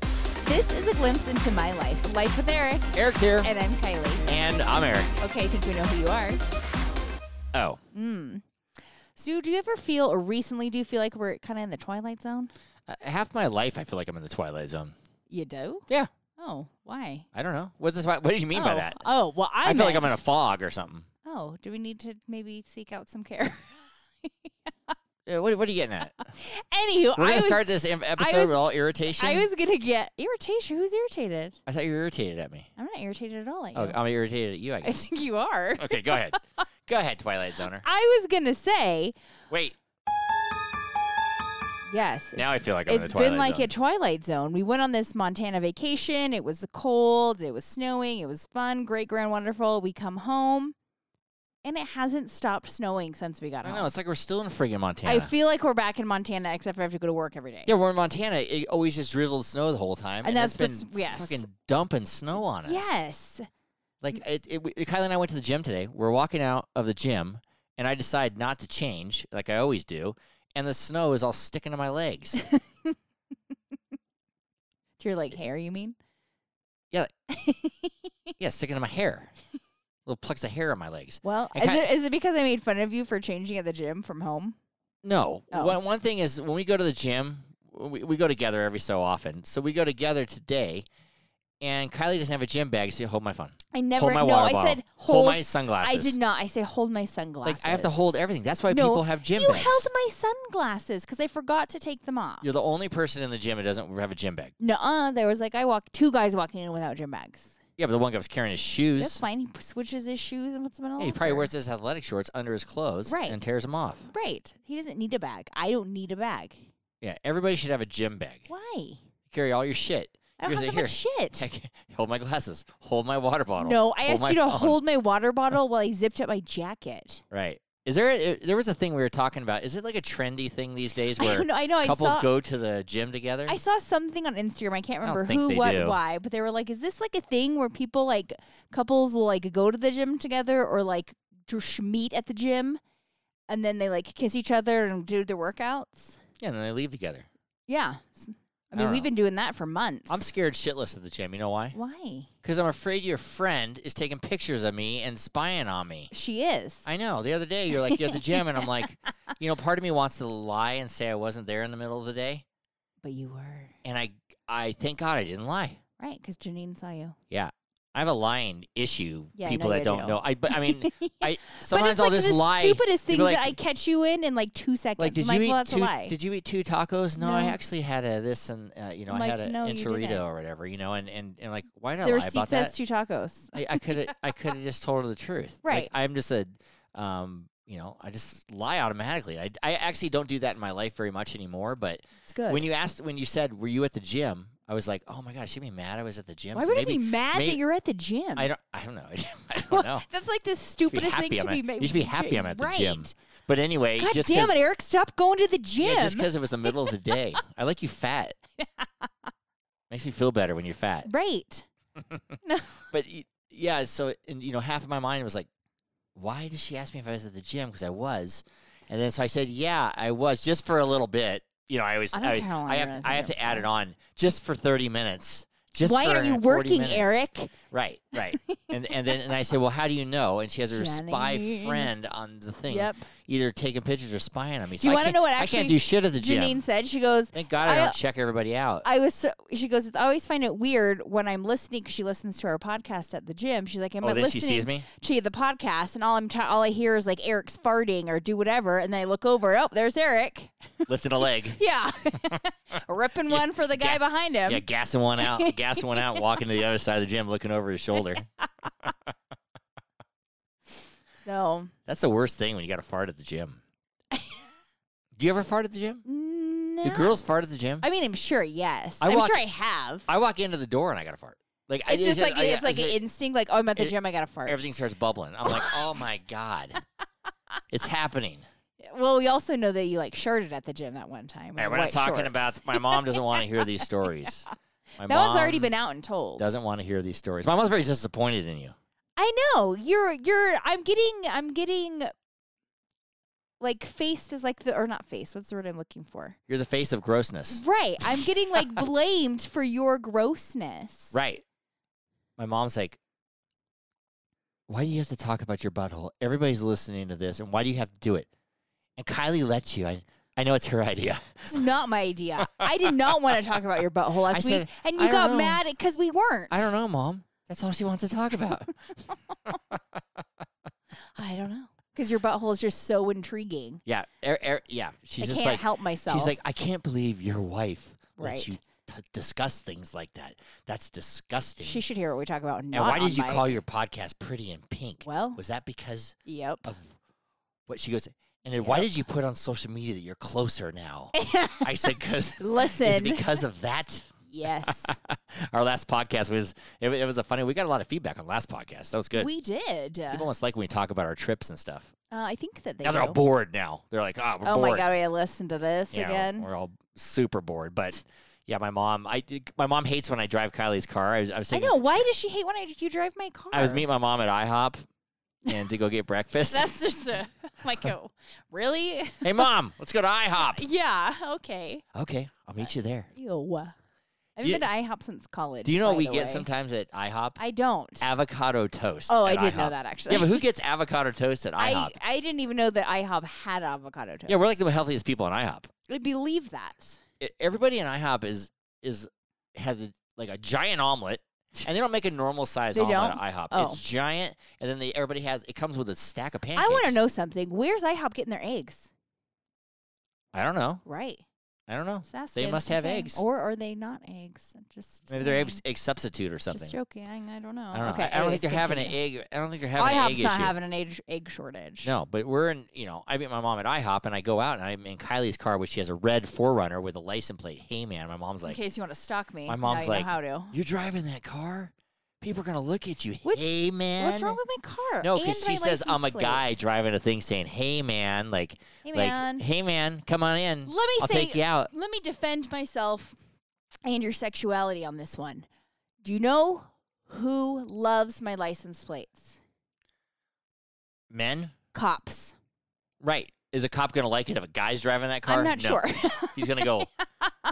This is a glimpse into my life. Life with Eric, Eric's here. and I'm Kylie. And I'm Eric. Okay, I think we know who you are. Oh. So, do you ever feel, or recently, do you feel like we're kind of in the twilight zone? Uh, Half my life, I feel like I'm in the twilight zone. You do? Yeah. Oh, why? I don't know. What's the twi- What do you mean by oh. that? Oh, well, I, I, feel like I'm in meant- a fog or something. Oh, do we need to maybe seek out some care? Yeah, what, what are you getting at? Anywho, We're I gonna was, start this em- episode was- with all irritation. I was gonna get irritation. Who's irritated? I thought you were irritated at me. I'm not irritated at all at you. Oh, I'm irritated at you. I I guess. think you are. okay, go ahead. Go ahead, Twilight Zoner. I was gonna say Wait. yes. Now I it's- feel like I'm in the it's Twilight been like Zone. a twilight zone. We went on this Montana vacation. It was cold. It was snowing. It was fun. Great, grand, wonderful. We come home, and it hasn't stopped snowing since we got I home. know. It's like we're still in friggin' Montana. I feel like we're back in Montana, except for I have to go to work every day. yeah, we're in Montana. It always just drizzled snow the whole time, And that's it's been what's- yes. fucking dumping snow on us. Yes. Like Mm. it, it, we- Kylie and I went to the gym today. We're walking out of the gym, and I decide not to change, like I always do, and the snow is all sticking to my legs. To your like hair, you mean? yeah, sticking to my hair. Little plucks of hair on my legs. Well, I is ki- it is it because I made fun of you for changing at the gym from home? No, Oh. one, one thing is when we go to the gym, we, we go together every so often. So we go together today, and Kylie doesn't have a gym bag, so you hold my phone, I never. hold my no, water I bottle, said hold. my sunglasses. I did not. I say hold my sunglasses. Like I have to hold everything. That's why No, people have gym You bags. held my sunglasses because I forgot to take them off. You're the only person in the gym that doesn't have a gym bag. Nuh-uh, there was like I walked two guys walking in without gym bags. Yeah, but the one guy was carrying his shoes. That's fine. He p- switches his shoes and puts them in. a Yeah, he probably locker. wears his athletic shorts under his clothes Right. and tears them off. Right. He doesn't need a bag. I don't need a bag. Yeah, everybody should have a gym bag. Why? Carry all your shit. I don't Yours have that are here. much shit. Heck, hold my glasses. Hold my water bottle. No, I hold asked my you to phone. hold my water bottle while I zipped up my jacket. Right. Is there? A, uh, there was a thing we were talking about. Is it like a trendy thing these days I where know. I know. I couples saw. go to the gym together? I saw something on Instagram. I can't I don't remember think who, they what, do. why, but they were like, "Is this like a thing where people like couples will like go to the gym together or like just meet at the gym, and then they like kiss each other and do their workouts?" yeah, and then they leave together. Yeah, S- I mean, don't we've know. been doing that for months. I'm scared shitless at the gym. You know why? why Because I'm afraid your friend is taking pictures of me and spying on me. she is. I know. The other day, you're like, you're at the gym, and I'm like, you know, part of me wants to lie and say I wasn't there in the middle of the day. but you were and I I thank God I didn't lie. right because Janine saw you. Yeah, I have a lying issue. Yeah, I know people that you don't do. know. I but I mean, but I sometimes it's I'll like just the lie. stupidest things You'll be like, that I catch you in in like two seconds. like, did I'm you like, well, eat that's a lie. two? Did you eat two tacos? No, I No. actually had a this and uh, you know I'm I like, had an no, you didn't. enchilada or whatever. You know, and and and like why did I the lie receipt about says that? two tacos. I, I could I could have just told her the truth. Like, Right. I'm just a um you know I just lie automatically. I I actually don't do that in my life very much anymore, but. It's good. When you asked, when you said, "Were you at the gym?" I was like, "Oh my god, she'd be mad I was at the gym." why so would I maybe be mad may- that you're at the gym? I don't. I don't know. I don't know. That's like the Should be stupidest happy thing to I'm be at- made. You should be happy I'm at the right. gym. But anyway, God just damn 'cause- it, Eric! Stop going to the gym. Yeah, just because it was the middle of the day. I like you fat. Makes me feel better when you're fat. right. But y- yeah, so and, you know, half of my mind was like, "Why did she ask me if I was at the gym?" Because I was, and then so I said, "Yeah, I was," just for a little bit. You know, I always I I, don't care how long I you're have at to, the I have gym to add for. it on just for thirty minutes. Just why for aren't you 40 working, minutes. Eric? Right, right. and and then and I said, Well, how do you know? And she has her spy Janine. friend on the thing, Yep. either taking pictures or spying on me. So you I wanna can't- know what I actually can't do shit at the gym. Janine said she goes. Thank God I, I- don't check everybody out. I was so, she goes, I always find it weird when I'm listening because she listens to our podcast at the gym. She's like, I'm oh, then she listening sees me. to the podcast and all I'm t- all I hear is like Eric's farting or do whatever. And then I look over, oh, there's Eric. Lifting a leg. Yeah. Ripping one for the guy Yeah. behind him. Yeah, gassing one out, gassing one out, walking to the other side of the gym, looking over his shoulder. So, That's the worst thing when you got to fart at the gym. do you ever fart at the gym? no. Do girls fart at the gym? I, I mean, I'm sure, yes. I I'm walk- sure I have. walk into the door and I got to fart. Like I, it's just like, I- it's like an it- instinct, like, oh, I'm at the it- gym, I got to fart. everything starts bubbling. I'm like, oh my god, it's happening. Well, we also know that you like shirted at the gym that one time. Hey, in we're not white talking shorts. about. My mom doesn't want to hear these stories. My That one's already mom been out and told. Doesn't want to hear these stories. My mom's very disappointed in you. I know. You're you're I'm getting I'm getting like faced is like the or not face. What's the word I'm looking for? You're the face of grossness. Right. I'm getting like blamed for your grossness. Right. My mom's like, why do you have to talk about your butthole? Everybody's listening to this, and why do you have to do it? And Kylie lets you. I, I know it's her idea. It's not my idea. I did not want to talk about your butthole I last said, week, and "I you don't got know." mad because we weren't. I don't know, mom. That's all she wants to talk about. I don't know because your butthole is just so intriguing. yeah. Er, er, yeah. She's I just can't like, help myself. she's like, I can't believe your wife Right. lets you t- discuss things like that. That's disgusting. she should hear what we talk about. and Not why on did you mic. call your podcast Pretty in Pink? Well, Was that because yep. of what she goes, and then why did you put on social media that you're closer now? I said, because is it Listen. because of that? Yes, Our last podcast was it, wa- it was a funny. We got a lot of feedback on last podcast. That was good. we did. Uh, People almost like when we talk about our trips and stuff. I think that they. now they're all do. bored. Now they're like, oh, we're Oh bored. my god, I listened to this You know, again. we're all super bored. But yeah, my mom. I my mom hates when I drive Kylie's car. I was, I was I thinking, know. Why does she hate when I, you drive my car? I was meeting my mom at IHOP and to go get breakfast. That's just a like oh, really? hey, mom, let's go to IHOP. yeah. Okay. Okay, I'll meet you there. Ew. I've You- been to IHOP since college. Do you know what by we the get way. sometimes at IHOP? I don't. avocado toast. Oh, I at did IHOP. know that actually. Yeah, but who gets avocado toast at I, IHOP? I didn't even know that IHOP had avocado toast. yeah, we're like the healthiest people in IHOP. I believe that. I- Everybody in IHOP is is has a, like a giant omelet, and they don't make a normal size They omelet don't? at IHOP. Oh. It's giant, and then they, everybody has it comes with a stack of pancakes. I want to know something. Where's IHOP getting their eggs? I don't know. Right. I don't know. Just asking. must have eggs. Or are they not eggs? I'm Just Maybe they're egg, saying. egg substitute or Just something. joking. I don't know. I don't know. Okay. I- I don't anyways, think they're having an continue. egg. I don't think they're having an egg IHOP's not issue. having an egg, egg shortage. No, but we're in, you know, I meet my mom at IHOP and I go out and I'm in Kylie's car, which she has a red Forerunner with a license plate. Hey, man, my mom's like, in case you want to stalk me. My now mom's you know like, how to. You're driving that car? People are going to look at you. What's- hey, man. What's wrong with my car? No, And because she my says I'm a license guy plate. driving a thing saying, hey, man. Like, Hey like, man, hey, man, come on in. let me I'll say, take you out. let me defend myself and your sexuality on this one. Do you know who loves my license plates? Men? Cops. Right. Is a cop going to like it if a guy's driving that car? I'm not No. sure. He's going to go,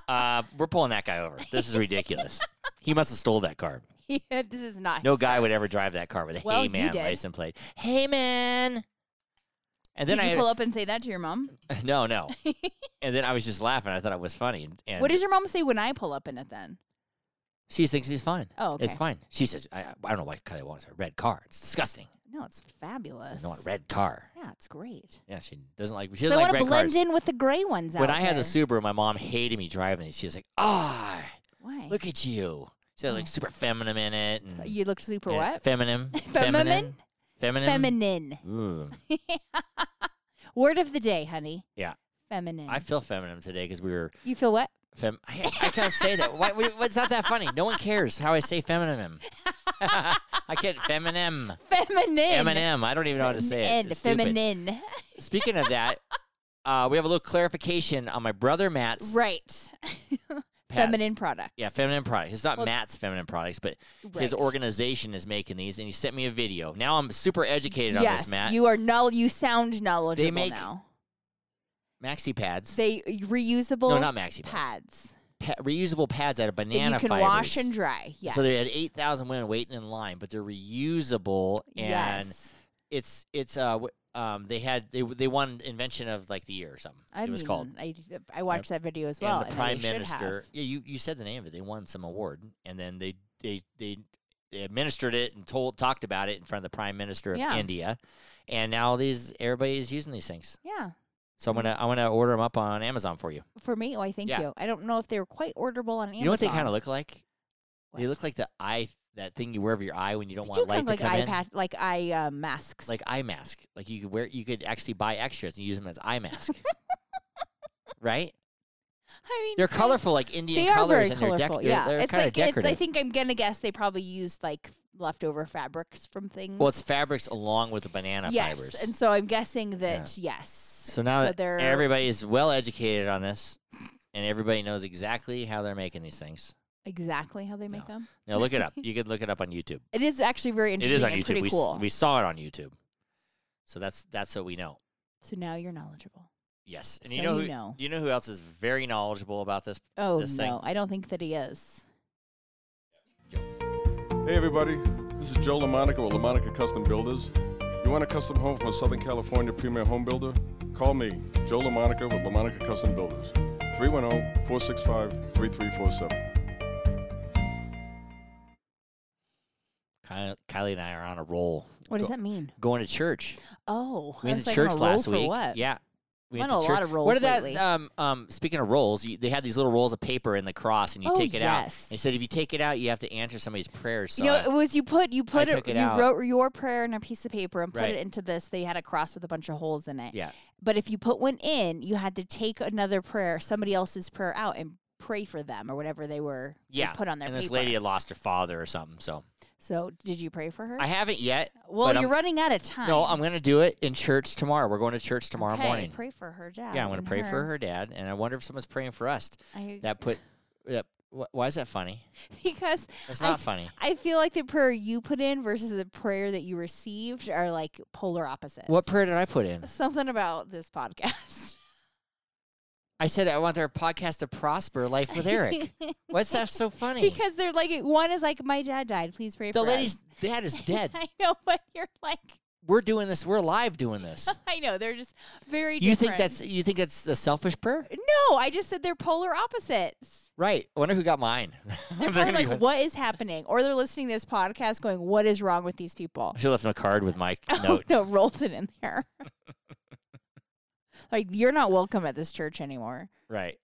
uh, we're pulling that guy over. This is ridiculous. he must have stole that car. Yeah, this is not. No his guy car. would ever drive that car with a Well, hey you man did. license plate. Hey man. And then Did you I pull up and say that to your mom? no no, and then I was just laughing. I thought it was funny. and- And What does your mom say when I pull up in it then? she thinks he's fine? Oh, okay. It's fine. She says I, I don't know why Kylie wants a red car. It's disgusting. No, it's I fabulous. don't want a red car. Yeah, it's great. Yeah, she doesn't like. She So doesn't I like want to red blend cars. in with the gray ones. out When I had the there. Subaru, my mom hated me driving it. She was like, "Ah, why? look at you." She had like Oh. super feminine in it. And, you looked super and what? Feminine. Feminine? Feminine. Feminine. Ooh. Word of the day, honey. Yeah. Feminine. I feel feminine today because we were you feel what? Fem- I, I can't say that. Why, wait, what's not that funny? No one cares how I say feminine. I can't feminine. Feminine. Eminem. I don't even know how to say it. And It's stupid. feminine. Speaking of that, uh, we have a little clarification on my brother Matt's Right. pads. Feminine product. Yeah, feminine products. It's not Well- Matt's feminine products, but Right. his organization is making these, and he sent me a video. Now I'm super educated on Yes, this, Matt. you are null. You sound knowledgeable make now. maxi pads. They reusable no, not maxi pads pads. Pa- reusable pads out of that banana you can fibers. wash and dry. Yes. So they had eight thousand women waiting in line, but they're reusable, and yes. it's it's uh w- um they had they w- they won invention of like the year or something. I it was mean, called. I, I watched that video as well. and the I prime should minister, have. yeah, you you said the name of it. They won some award, and then they they they, they administered it and told talked about it in front of the prime minister of Yeah. India, and now these everybody is using these things. Yeah. So Mm. I'm gonna I'm gonna order them up on Amazon for you. For me, oh, I thank Yeah. you. I don't know if they were quite orderable on Amazon. You know what they kind of look like? They What? look like the eye that thing you wear over your eye when you don't They want do light kind to of like come eye in. patch, like eye uh, masks. like eye mask. Like you could wear, you could actually buy extras and use them as eye mask. right? I mean, They're I- colorful, like Indian They are colors, very and they're, colorful. dec- they're, yeah, they're it's kind like of decorative. it's. I think I'm gonna guess they probably used like leftover fabrics from things. well, it's fabrics along with the banana yes, fibers. and so I'm guessing that yes. so now that they're everybody's well educated on this, and everybody knows exactly how they're making these things. exactly how they make No. them. Now look it up. You can look it up on YouTube. It is actually very It interesting. is on and YouTube. Pretty We, s- cool. we saw it on YouTube. So that's that's what we know. So now you're knowledgeable. Yes, and so you know you who know. you know who else is very knowledgeable about this? Oh no, this thing. I don't think that he is. Hey everybody, this is Joe LaMonica with LaMonica Custom Builders. You want a custom home from a Southern California premier home builder? Call me, Joe LaMonica with LaMonica Custom Builders, 310-465-3347. Ky- Kylie and I are on a roll. What does Go- that mean? Going to church. Oh, We I went was to like, church on a roll last for week. What? Yeah. We I'm went on to a lot church. of What rolls did that? lately. Um, um, speaking of rolls, you, they had these little rolls of paper in the cross, and you Oh, take it yes. out. They said if you take it out, you have to answer somebody's prayers. So you know, I- it was you put you put it, took it you out. wrote your prayer in a piece of paper and put Right. it into this. They had a cross with a bunch of holes in it. yeah, But if you put one in, you had to take another prayer, somebody else's prayer out and pray for them or whatever they were they yeah. put on their and paper. this lady had lost her father or something. So So did you pray for her? I haven't yet. well, but you're I'm- running out of time. No, I'm going to do it in church tomorrow. We're going to church tomorrow okay, Uh-huh. morning. Pray for her dad. yeah, I'm going and to pray for her dad, and I wonder if someone's praying for us. Uh-huh. I, That put. That, wh- why is that funny? because That's I not th- funny. I feel like the prayer you put in versus the prayer that you received are like polar opposites. What prayer did I put in? Something about this podcast. I said I want their podcast to prosper, life with Eric. What's that so funny? because they're like one is like my dad died. Please pray the for lady's us." dad is dead. I know, but you're like We're doing this. We're live doing this. I know they're just very. You think different. that's you think that's a selfish prayer? no? I just said they're polar opposites. Right. I wonder who got mine. They're They're probably gonna be like, what is happening? Or they're listening to this podcast, going, "What is wrong with these people?" I should have left him a card with my Oh note. no, rolls it in there. like you're not welcome at this church anymore. Right.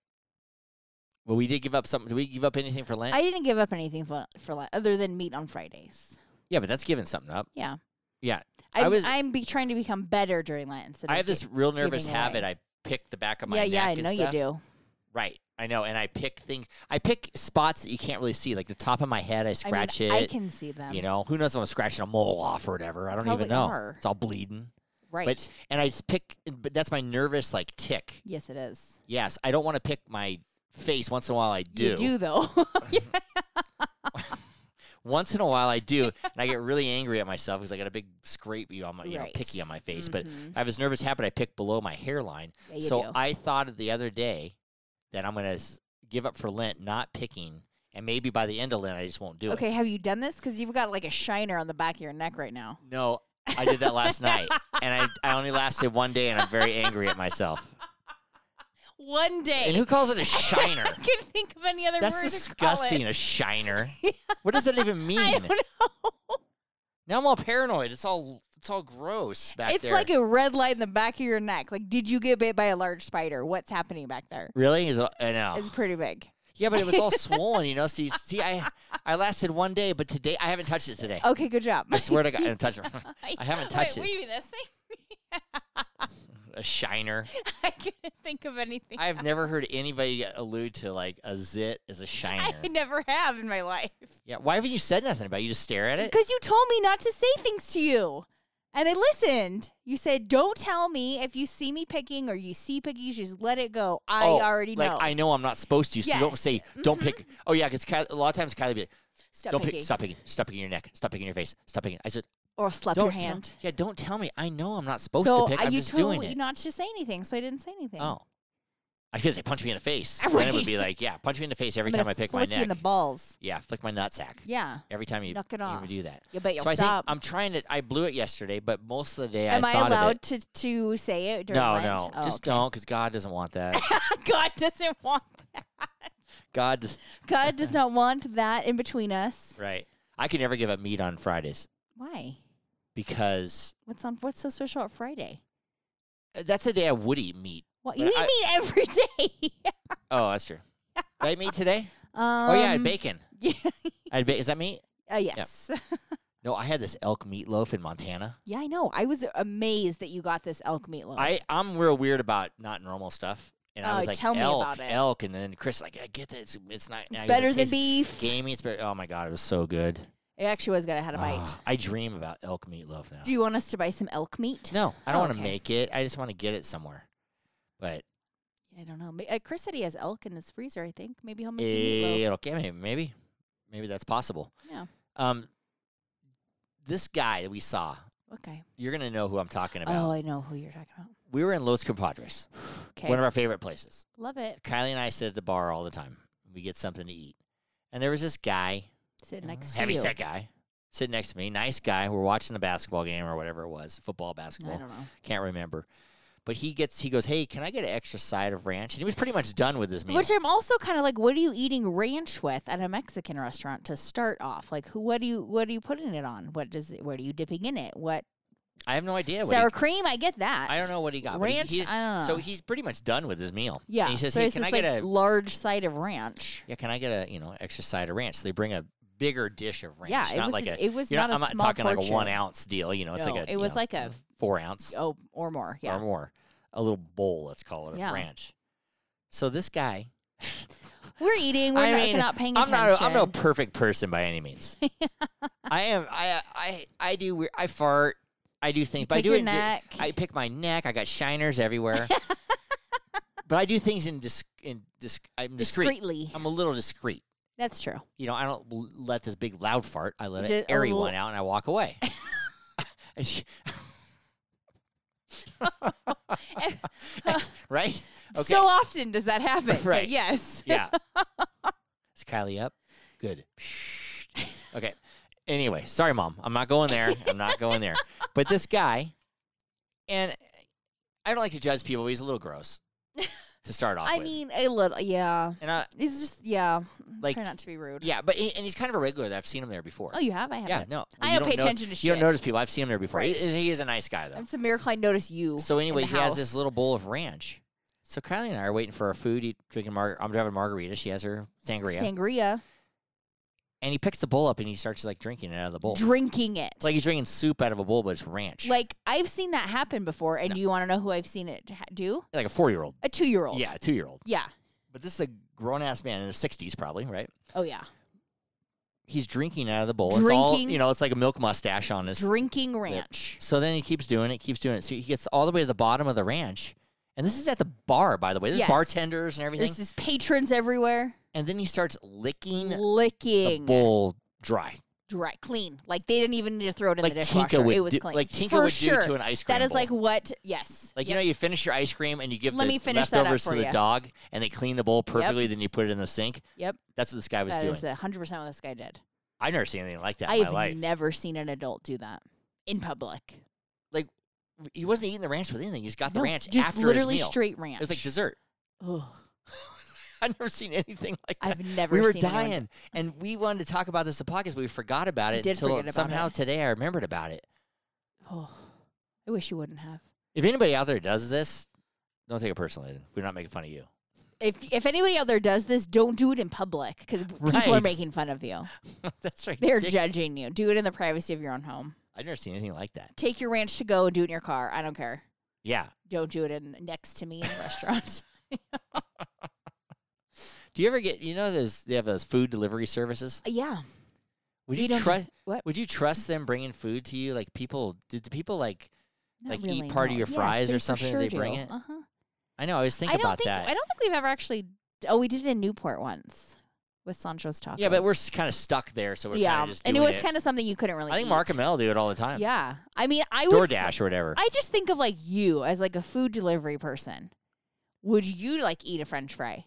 Well, we did give up something. Did we give up anything for Lent? I didn't give up anything for, for lunch other than meat on Fridays. yeah, but that's giving something up. Yeah. Yeah. I'm, I was- I'm be, trying to become better during Lent. Instead I of have this gi- real nervous giving habit. away. I pick the back of my yeah, neck. yeah, I and know stuff. you do. Right. I know. And I pick things. I pick spots that you can't really see, like the top of my head. I scratch I mean, it. I can see them. you know, who knows if I'm scratching a mole off or whatever. I don't Probably even know. are. It's all bleeding. right? But and I just pick. But that's my nervous like tick. yes, it is. Yes, I don't want to pick my face. Once in a while, I do. You do though. Yeah. Once in a while, I do, and I get really angry at myself because I got a big scrape, you on my, you know, Right. picky on my face. Mhm. But I have this nervous habit. I pick below my hairline. Yeah, you so do. I thought the other day that I'm gonna s- give up for Lent, not picking, and maybe by the end of Lent, I just won't do it. okay, have you done this? Because you've got like a shiner on the back of your neck right now. No, I did that last night, and I, I only lasted one day, and I'm very angry at myself. One day. And who calls it a shiner? I couldn't think of any other That's word disgusting. to A shiner. What does that even call it. I mean? don't know. Now I'm all paranoid. It's all it's all gross back it's there. like a red light in the back of your neck. Like, did you get bit by a large spider? What's happening back there? really? Is it- I know. It's pretty big. yeah, but it was all swollen. You know. See, see, I I lasted one day, but today I haven't touched it today. Okay, good job. I swear to God, I haven't touched it. I haven't touched Wait, it. will you mean this thing? a shiner. I couldn't think of anything. I, I've never heard anybody allude to like a zit as a shiner. never have in my life. Yeah. Why haven't you said nothing about? it? You just stare at it. Because you told me not to say things to you. And I listened. You said, don't tell me if you see me picking or you see pickies, just let it go. I Oh, already like, know. I know I'm not supposed to, so don't Yes. Mm-hmm. say, don't pick. Oh, yeah, because a lot of times Kylie be like, stop don't picking. pick, stop picking, stop picking your neck, stop picking your face, stop picking. I said, Or slap don't your tell- hand. yeah, don't tell me. I know I'm not supposed so to pick. uh, I'm you just told doing me it. not to say anything, so I didn't say anything. Oh. I guess they punch me in the face. Then it would be like, yeah, punch me in the face every I'm gonna time I pick my flick you neck. in the balls. yeah, flick my nutsack. Yeah. Every time you, Knock it you off. do that. You bet you'll so I stop. think I'm trying to. I blew it yesterday, but most of the day Am I I thought of allowed it. to, to say it during No, Lent? no, Oh, just okay. don't, because God doesn't want that. God doesn't want that. God, does, God does not want that in between us. right? I can never give up meat on Fridays Why? because uh, What's on? What's so special about Friday? that's the day I would eat meat. What you But eat I- meat every day. Oh, that's true. Did I eat meat today? um, oh yeah, I had bacon. Yeah. I had ba- is that meat? Uh, yes. No, I had this elk meatloaf in Montana. Yeah, I know. I was amazed that you got this elk meatloaf. I I'm real weird about not normal stuff, and I Oh, was like tell me elk, about it." elk, and then Chris like I get that it's, it's not it's I guess it better than tastes beef. Gamey, it's better. Oh my god, it was so good. It actually was good. I had a bite. Ah, I dream about elk meatloaf now. Do you want us to buy some elk meat? no, I don't want to Okay. make it. I just want to get it somewhere. But I don't know. May- Uh, Chris said he has elk in his freezer. I think maybe he'll make you meatloaf. it'll okay, maybe, maybe maybe that's possible. Yeah. Um, this guy that we saw, Okay. you're gonna know who I'm talking about. Oh, I Oh, know who you're talking about. we were in Los Compadres, Okay. one of our favorite places. Love it. Kylie and I sit at the bar all the time. We get something to eat, and there was this guy, Sit next heavy to you. set guy, sitting next to me. Nice guy. We're watching the basketball game or whatever it was, football, I basketball. don't know. Can't remember. But he gets, he goes, hey, can I get an extra side of ranch? And he was pretty much done with his meal. Which I'm also kind of like, what are you eating ranch with at a Mexican restaurant to start off? Like, who? What do you? What are you putting it on? What does? It, what are you dipping in it? What I have no idea. What he, sour cream? I get that. I don't know what he got. but he- Ranch? he's- I don't know. So he's pretty much done with his meal. Yeah. And he says, so hey, it's can I this, get like, a large side of ranch. yeah, can I get a you know extra side of ranch? So they bring a bigger dish of ranch. Yeah, it not was like an- a it was you're not a I'm not small talking like a portion. one ounce deal. You know, it's No, like it a you was know, like a- four ounce Oh, or more. Yeah. or more, a little bowl. Let's call it of Yeah. ranch. So this guy, We're eating. We're I not, mean, not paying I'm attention. not a, I'm no perfect person by any means. I am I I I do weir- I fart. I do things, but I pick do your it. in di- neck. I pick my neck. I got shiners everywhere. but I do things in dis, in dis, I'm discreet. discreetly. I'm a little discreet. That's true. You know, I don't l- let this big loud fart. I let You an did a airy little- one out and I walk away. right? Okay. So often does that happen. but Right. yes. yeah. Is Kylie up? Good. okay. Anyway, sorry, mom. I'm not going there. I'm not going there. But this guy, and I don't like to judge people. But he's a little gross to start off I with. mean, a little. Yeah. and I, It's just yeah. Like, Try not to be rude. yeah, but he, and he's kind of a regular. I've seen him there before. Oh, you have. I have. yeah, no, well, I you don't pay know- attention to You don't shit. notice people. I've seen him there before. He, Right. he is a nice guy though. It's a miracle I noticed you. So in anyway, the he has house. this little bowl of ranch. So Kylie and I are waiting for our food. Eat, drinking mar- I'm driving margarita. She has her sangria. sangria, and he picks the bowl up and he starts like drinking it out of the bowl. drinking it. It's like he's drinking soup out of a bowl, but it's ranch. Like, I've seen that happen before, and No. do you want to know who I've seen it ha- do? like a four year old. A two-year-old. Yeah, a two year old. Yeah. But this is a grown ass man in his sixties, probably right. Oh yeah. He's drinking out of the bowl. It's all Drinking- you know. It's like a milk mustache on his. Drinking ranch. So then he keeps doing it, keeps doing it. So he gets all the way to the bottom of the ranch, and this is at the bar, by the way. There's Yes. bartenders and everything. There's just patrons everywhere and then he starts licking the licking bowl dry. dry clean. Like they didn't even need to throw it in Like the Tinka dishwasher. would it was do- clean. like Tinka For would do sure. to an ice cream That is bowl. like what? Yes. Like you know, you finish your ice cream and you give Let the me finish that up leftovers for to the ya. dog, and they clean the bowl perfectly. Then you put it in the sink. Yep. That's what this guy was That doing. is hundred percent what this guy did. I've never seen anything like that I in my have life. never seen an adult do that in public. he wasn't eating the ranch with anything. He just got the No, ranch just after literally his meal. straight ranch. It was like dessert. Ugh, I've never seen anything like that. I've never. we were seen anyone- dying, and we wanted to talk about this in the podcast, but we forgot about We it did until forget about somehow it. today I remembered about it. Oh, I wish you wouldn't have. If anybody out there does this, don't take it personally. We're not making fun of you. If if anybody out there does this, don't do it in public because people are Right. making fun of you. That's right. They're judging you. Do it in the privacy of your own home. I've never seen anything like that. Take your ranch to go and do it in your car. I don't care. Yeah. Don't do it in next to me in a restaurant. Do you ever get? You know, those they have those food delivery services. yeah. Would We you don't- trust? what? Would you trust them bringing food to you? Like people, do, do people like? not Like, eat really, part of no. your Yes, fries they or for something if Sure they bring do. it? Uh-huh. I know. I always think I don't about think that. I don't think we've ever actually. Oh, we did it in Newport once with Sancho's Tacos. yeah, but we're kind of stuck there, so we're kind yeah, of just doing and it was kind of something you couldn't really. I think eat. Mark and Mel do it all the time. Yeah, I mean, I would. DoorDash or whatever. I just think of like you as like a food delivery person. Would you like eat a French fry?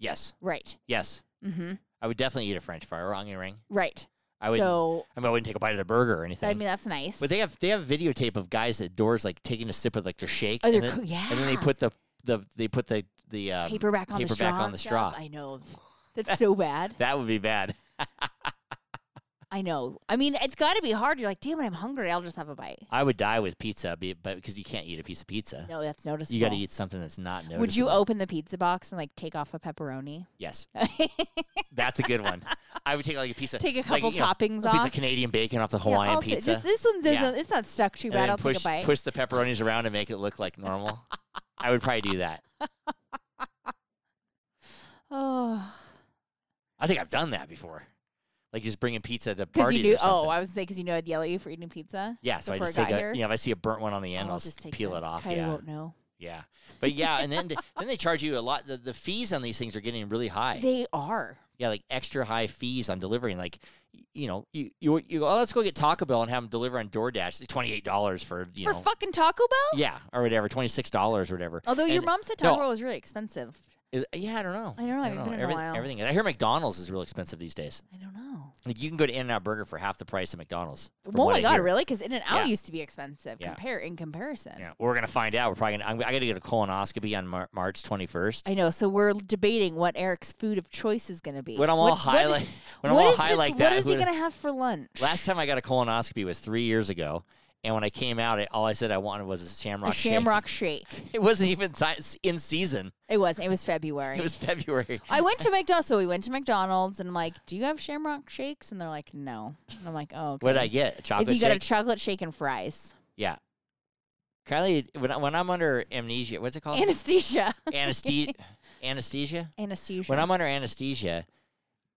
yes, Right. yes. Mm-hmm. I would definitely eat a French fry or onion ring. Right. I would. so I, mean, I wouldn't take a bite of the burger or anything. I mean, that's nice. but they have they have videotape of guys at doors like taking a sip of like their shake, oh, and, they're then, cool. Yeah. and then they put the the they put the the um, paper back on the paper straw. back on and the stuff. straw. I know. That's so bad. That would be bad. I know. I mean, it's got to be hard. You're like, damn it, I'm hungry. I'll just have a bite. I would die with pizza, be- but because you can't eat a piece of pizza, No, that's noticeable. Uh, you got to eat something that's not noticeable. Would you open the pizza box and like take off a pepperoni? Yes, that's a good one. I would take like a piece of take a like, couple you know, toppings a piece off. of Canadian bacon off the Yeah, Hawaiian I'll ta- pizza. just this one Yeah. doesn't. It's not stuck too and bad. then I'll push, take a bite. push the pepperonis around and make it look like normal. I would probably do that. Oh, I think I've done that before. Like just bringing pizza to because you parties knew. or something. Oh, I was because you knew I'd yell at you for eating pizza. yeah, so I before just it take got a, here. you know, if I see a burnt one on the end, I'll, I'll, just take peel this. it off. Kylie yeah. won't know. Yeah. But yeah, and then th- then they charge you a lot the, the fees on these things are getting really high. They are yeah, like extra high fees on delivery. And like, y- you know, you you, you go, oh, let's go get Taco Bell and have them deliver on DoorDash. It's twenty eight dollars for you for know, fucking Taco Bell. yeah, or whatever, twenty six dollars or whatever. Although your And- mom said no. Taco Bell was really expensive. Is, yeah, I don't know. I don't know. I haven't been in a Everyth- while. Everything. I hear McDonald's is real expensive these days. I don't know. Like you can go to In-N-Out Burger for half the price of McDonald's. from oh what my I god, hear. really? Because In and Out Yeah. used to be expensive. Yeah. Compare in comparison. Yeah, we're gonna find out. We're probably gonna. I'm, I got to get a colonoscopy on Mar- March 21st. I know. So we're debating what Eric's food of choice is going to be. When I'm all high, like when I'm what all is high this- like that. What is he who- going to have for lunch? Last time I got a colonoscopy was three years ago, and when I came out, it, all I said I wanted was a a shamrock. shake. shamrock shake. It wasn't even si- in season. It was. It was February. It was February. I went to McDonald's. So we went to McDonald's and I'm like, do you have shamrock shakes? And they're like, no. And I'm like, oh, okay. What did I get? A If chocolate you got a shake? chocolate shake and fries, yeah. Kylie, when, I- when I'm under amnesia, what's it called? anesthesia, Anesthesia. anesthesia. anesthesia. When I'm under anesthesia,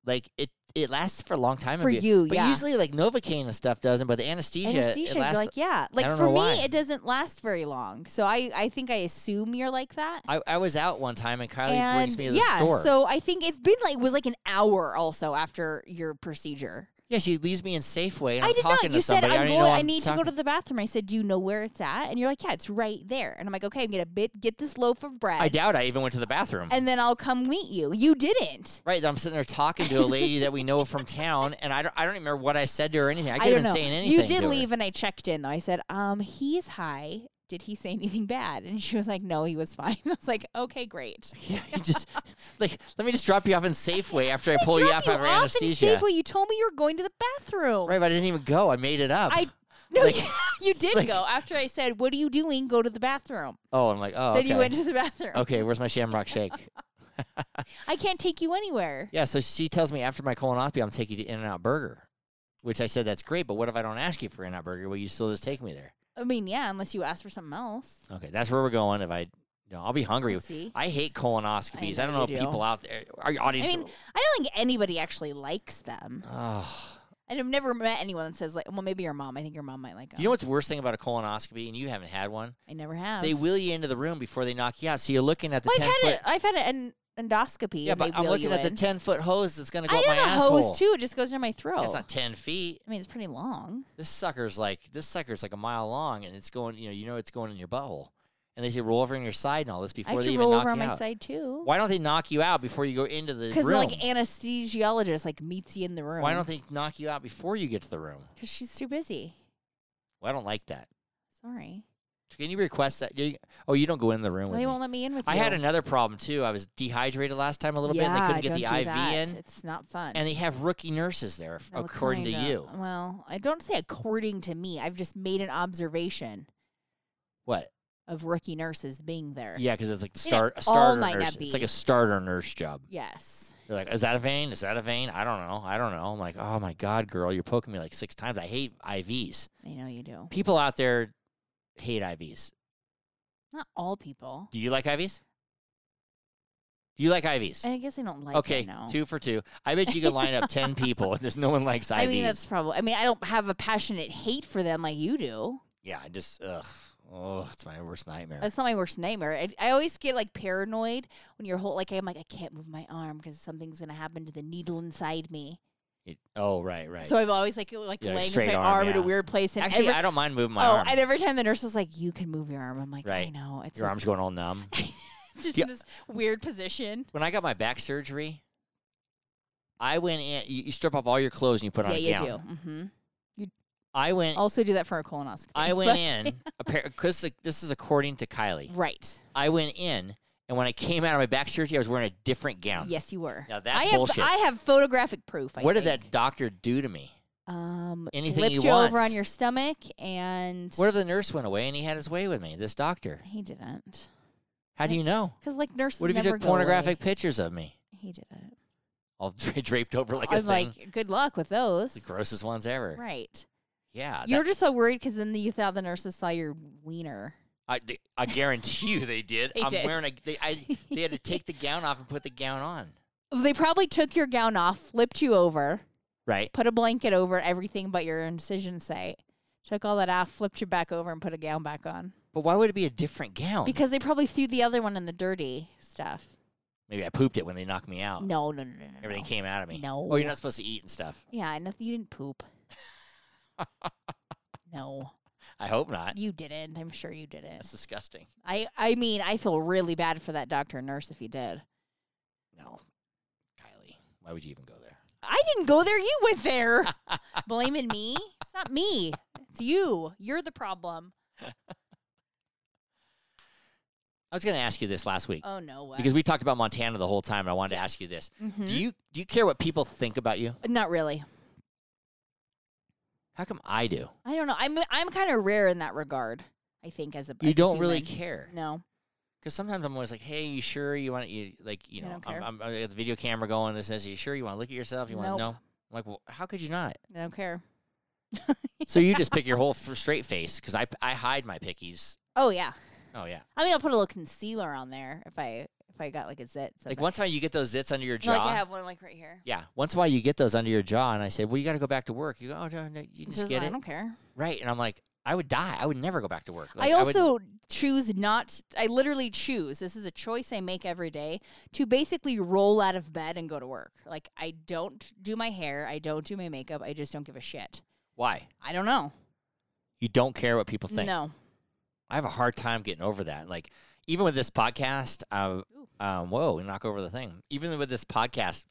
like it, it lasts for a long time. For if you, but yeah. usually like Novocaine and stuff doesn't, but the anesthesia, it anesthesia, lasts- you're like, yeah. Like don't for know me, why. it doesn't last very long. So I, I think I assume you're like that. I, I was out one time and Kylie brings and me to yeah, the store. so I think it's been like was like an hour also after your procedure. yeah, she leaves me in Safeway and I I'm did not. talking You to said somebody. I'm I, going. know I I'm need to talking- go to the bathroom. I said, "Do you know where it's at?" And you're like, "Yeah, it's right there." And I'm like, "Okay, I'm gonna bit, get this loaf of bread, I doubt I even went to the bathroom. and then I'll come meet you." You didn't. right, I'm sitting there talking to a lady that we know from town, and I don't, I don't remember what I said to her or anything. I could don't have been know. saying anything. You did to her. leave, and I checked in though. I said, "Um, he's high. Did he say anything bad?" And she was like, "No, he was fine." I was like, "Okay, great." Yeah, you just like let me just drop you off in Safeway after I pull you Drop off off after in anesthesia. Safeway. You told me you were going to the bathroom. Right, but I didn't even go. I made it up. I no, Like- you did like- go after I said, "What are you doing? Go to the bathroom." oh, I'm like, oh, Then you okay. Oh. went to the bathroom. okay, where's my Shamrock Shake? I can't take you anywhere. yeah, so she tells me after my colonoscopy, I'm taking you to In-N-Out Burger, which I said that's great. But what if I don't ask you for In-N-Out Burger? Will you still just take me there? I mean, yeah, unless you ask for something else. Okay, that's where we're going. If I, you know, I'll be hungry. We'll see. I hate colonoscopies. I, know don't know you if do. people out there, our I audience. mean, I don't think anybody actually likes them. Ugh. And I've never met anyone that says like, well, maybe your mom. I think your mom might like them. you know what's the worst thing about a colonoscopy, and you haven't had one? I never have. They wheel you into the room before they knock you out, so you're looking at the Well, I've ten had it. foot. I've had an endoscopy. Yeah, and but they I'm wheel looking you at the in. ten foot hose that's gonna go I up my had a asshole. hose too. It just goes down my throat. It's not ten feet. I mean, it's pretty long. This sucker's like this sucker's like a mile long, and it's going. You know, you know, it's going in your butthole. And they say roll over on your side and all this I before have they to even roll knock over you on my out. side too. Why don't they knock you out before you go into the Because the room? like anesthesiologist like meets you in the room. Why don't they knock you out before you get to the room? Because she's too busy. Well, I don't like that. Sorry. So Can you request that? you- Oh, you don't go in the room with They me. won't let me in with I you. had another problem too. I was dehydrated last time a little yeah, bit, and they couldn't get don't do the IV that. in. It's not fun. And they have rookie nurses there, f- Well, according to kinda. you. Well, I don't say according to me. I've just made an observation What? of rookie nurses being there. Yeah, because it's like the You know, start a all starter might nurse. not It's like be. a starter nurse job. Yes. You're like, is that a vein? Is that a vein? I don't know. I don't know. I'm like, oh my god, girl, you're poking me like six times. I hate IVs. I know you do. People out there hate IVs. Not all people. Do you like IVs? Do you like IVs? And I guess I don't like it, okay, no. two for two. I bet you could line up ten people and there's no one likes IVs. I mean, that's probably. I mean, I don't have a passionate hate for them like you do. yeah, I just ugh. Oh, it's my worst nightmare. That's not my worst nightmare. I, I always get like paranoid when you're whole. Like I'm like I can't move my arm because something's gonna happen to the needle inside me. It- oh, right, right. So I'm always like like Yeah, like laying with straight my arm, arm, in a yeah. weird place. And Actually, every- I don't mind moving my oh, arm. and every time the nurse is like, "You can move your arm," I'm like, "I Right. know." It's Your like, arm's going all numb. just Yeah. in this weird position. when I got my back surgery, I went in. You, you strip off all your clothes and you put on yeah, a you gown. do. Oh, hmm I went. Also, do that for a colonoscopy. I but- went in. Because this is according to Kylie. Right. I went in, and when I came out of my back surgery, I was wearing a different gown. Yes, you were. Now that's I have, bullshit. I have photographic proof. I what did think. that doctor do to me? Um, anything flipped he you over on wants? your stomach, and What if the nurse went away and he had his way with me? This doctor. he didn't. How do you know? Because like nurses What if you never took go pornographic away. pictures of me, He didn't. all dra- draped over like a I'm thing? like, good luck with those. the grossest ones ever. Right. Yeah. you that- were just so worried because then you thought the nurses saw your wiener. I, they, I guarantee you they did. They I'm did. wearing a. They, I, they had to take the gown off and put the gown on. They probably took your gown off, flipped you over, Right. put a blanket over everything but your incision site. Took all that off, flipped you back over, and put a gown back on. But why would it be a different gown? Because they probably threw the other one in the dirty stuff. Maybe I pooped it when they knocked me out. No, no, no, no, no. Oh. Everything no. came out of me. No. Oh, you're not supposed to eat and stuff. Yeah, nothing. You didn't poop. no, I hope not. you didn't. I'm sure you didn't. That's disgusting. I, I mean, I feel really bad for that doctor and nurse if he did. No. Kylie, why would you even go there? I didn't go there. You went there. Blaming me? It's not me. It's you. You're the problem. I was going to ask you this last week Oh no way. because we talked about Montana the whole time, and I wanted to ask you this. Mhm. Do you do you care what people think about you? not really. How come I do? I don't know. I'm I'm kind of rare in that regard. I think as a You as a don't really human. care No. because sometimes I'm always like, "Hey, you sure you want to? You like, you I know, don't I'm, care. I'm, I got the video camera going. This, this. You sure you want to look at yourself? You want Nope. to know?" I'm like, "Well, how could you not?" I don't care. So you just pick your whole f- straight face because I I hide my pickies. Oh yeah. Oh yeah, I mean, I'll put a little concealer on there if I if I got like a zit. So like once in a while you get those zits under your no, jaw. like I have one like right here. yeah, once in a while you get those under your jaw, and I said, "Well, you got to go back to work." You go, "Oh no, no you just Just- get I it don't care. right," and I'm like, "I would die. I would never go back to work." Like, I would- also choose not. I literally choose. This is a choice I make every day to basically roll out of bed and go to work. Like I don't do my hair. I don't do my makeup. I just don't give a shit. why I don't know. you don't care what people think. No. I have a hard time getting over that. Like even with this podcast, uh, Ooh. um, whoa, knock over the thing. Even with this podcast,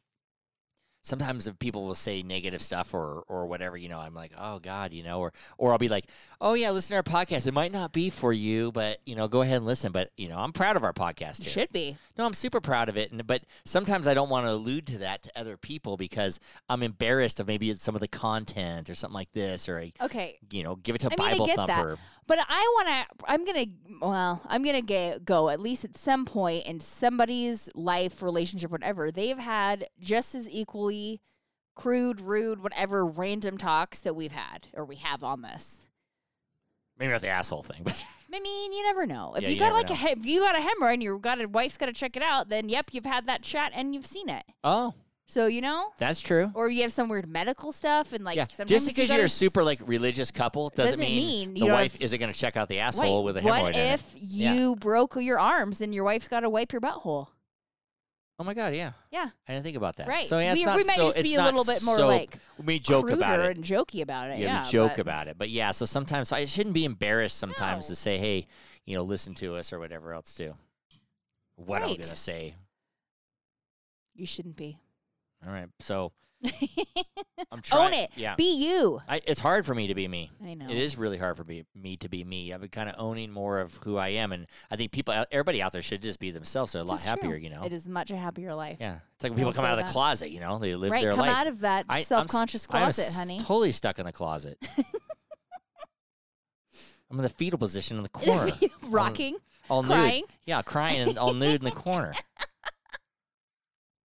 sometimes if people will say negative stuff or or whatever, you know, I'm like, oh God, you know, or or I'll be like, oh yeah, listen to our podcast. It might not be for you, but you know, go ahead and listen. But you know, I'm proud of our podcast. You Here. should be. No, I'm super proud of it. And but sometimes I don't want to allude to that to other people because I'm embarrassed of maybe it's some of the content or something like this, or I, Okay. you know, give it to I mean, I Bible get that. Thumper. But I want to. I'm gonna. Well, I'm gonna ga go at least at some point in somebody's life, relationship, whatever. They've had just as equally crude, rude, whatever random talks that we've had or we have on this. Maybe not the asshole thing, but. I mean, you never know. If Yeah, you you got never like know. a he- if you got a hemorrhoid and you got a wife's got to check it out, then yep, you've had that chat and you've seen it. Oh, So you know, that's true. or you have some weird medical stuff and like yeah, sometimes just you because gotta you're a s- super like religious couple doesn't, Doesn't mean you the don't wife have- isn't going to check out the Wait, asshole with a hemorrhoid. What in it. if you broke your arms and your wife's got to wipe your butthole? Oh my god, yeah, Yeah. I didn't think about that. Right. So yeah, it's we, not we might so. just it's be a not little bit more so- like we joke about cruder it. and jokey about it. Yeah, we joke but- about it. But yeah, so sometimes I shouldn't be embarrassed sometimes No. to say, hey, you know, listen to us or whatever else too. What I'm Right. gonna say. You shouldn't be. All right, so I'm trying. Own it. Yeah, Be you. I, it's hard for me to be me. I know. It is really hard for me, me to be me. I've been kind of owning more of who I am, and I think people, out- everybody out there, should just be themselves. They're a lot It's happier, true. you know. It is much a happier life. Yeah, it's like when I people will come say out of the that. closet, you know, they live Right. their Come life. out of that I- I'm s- self-conscious I'm closet, s- honey. Totally stuck in the closet. I'm in the fetal position in the corner, Rocking, all nude. crying. Yeah, crying and all nude in the corner.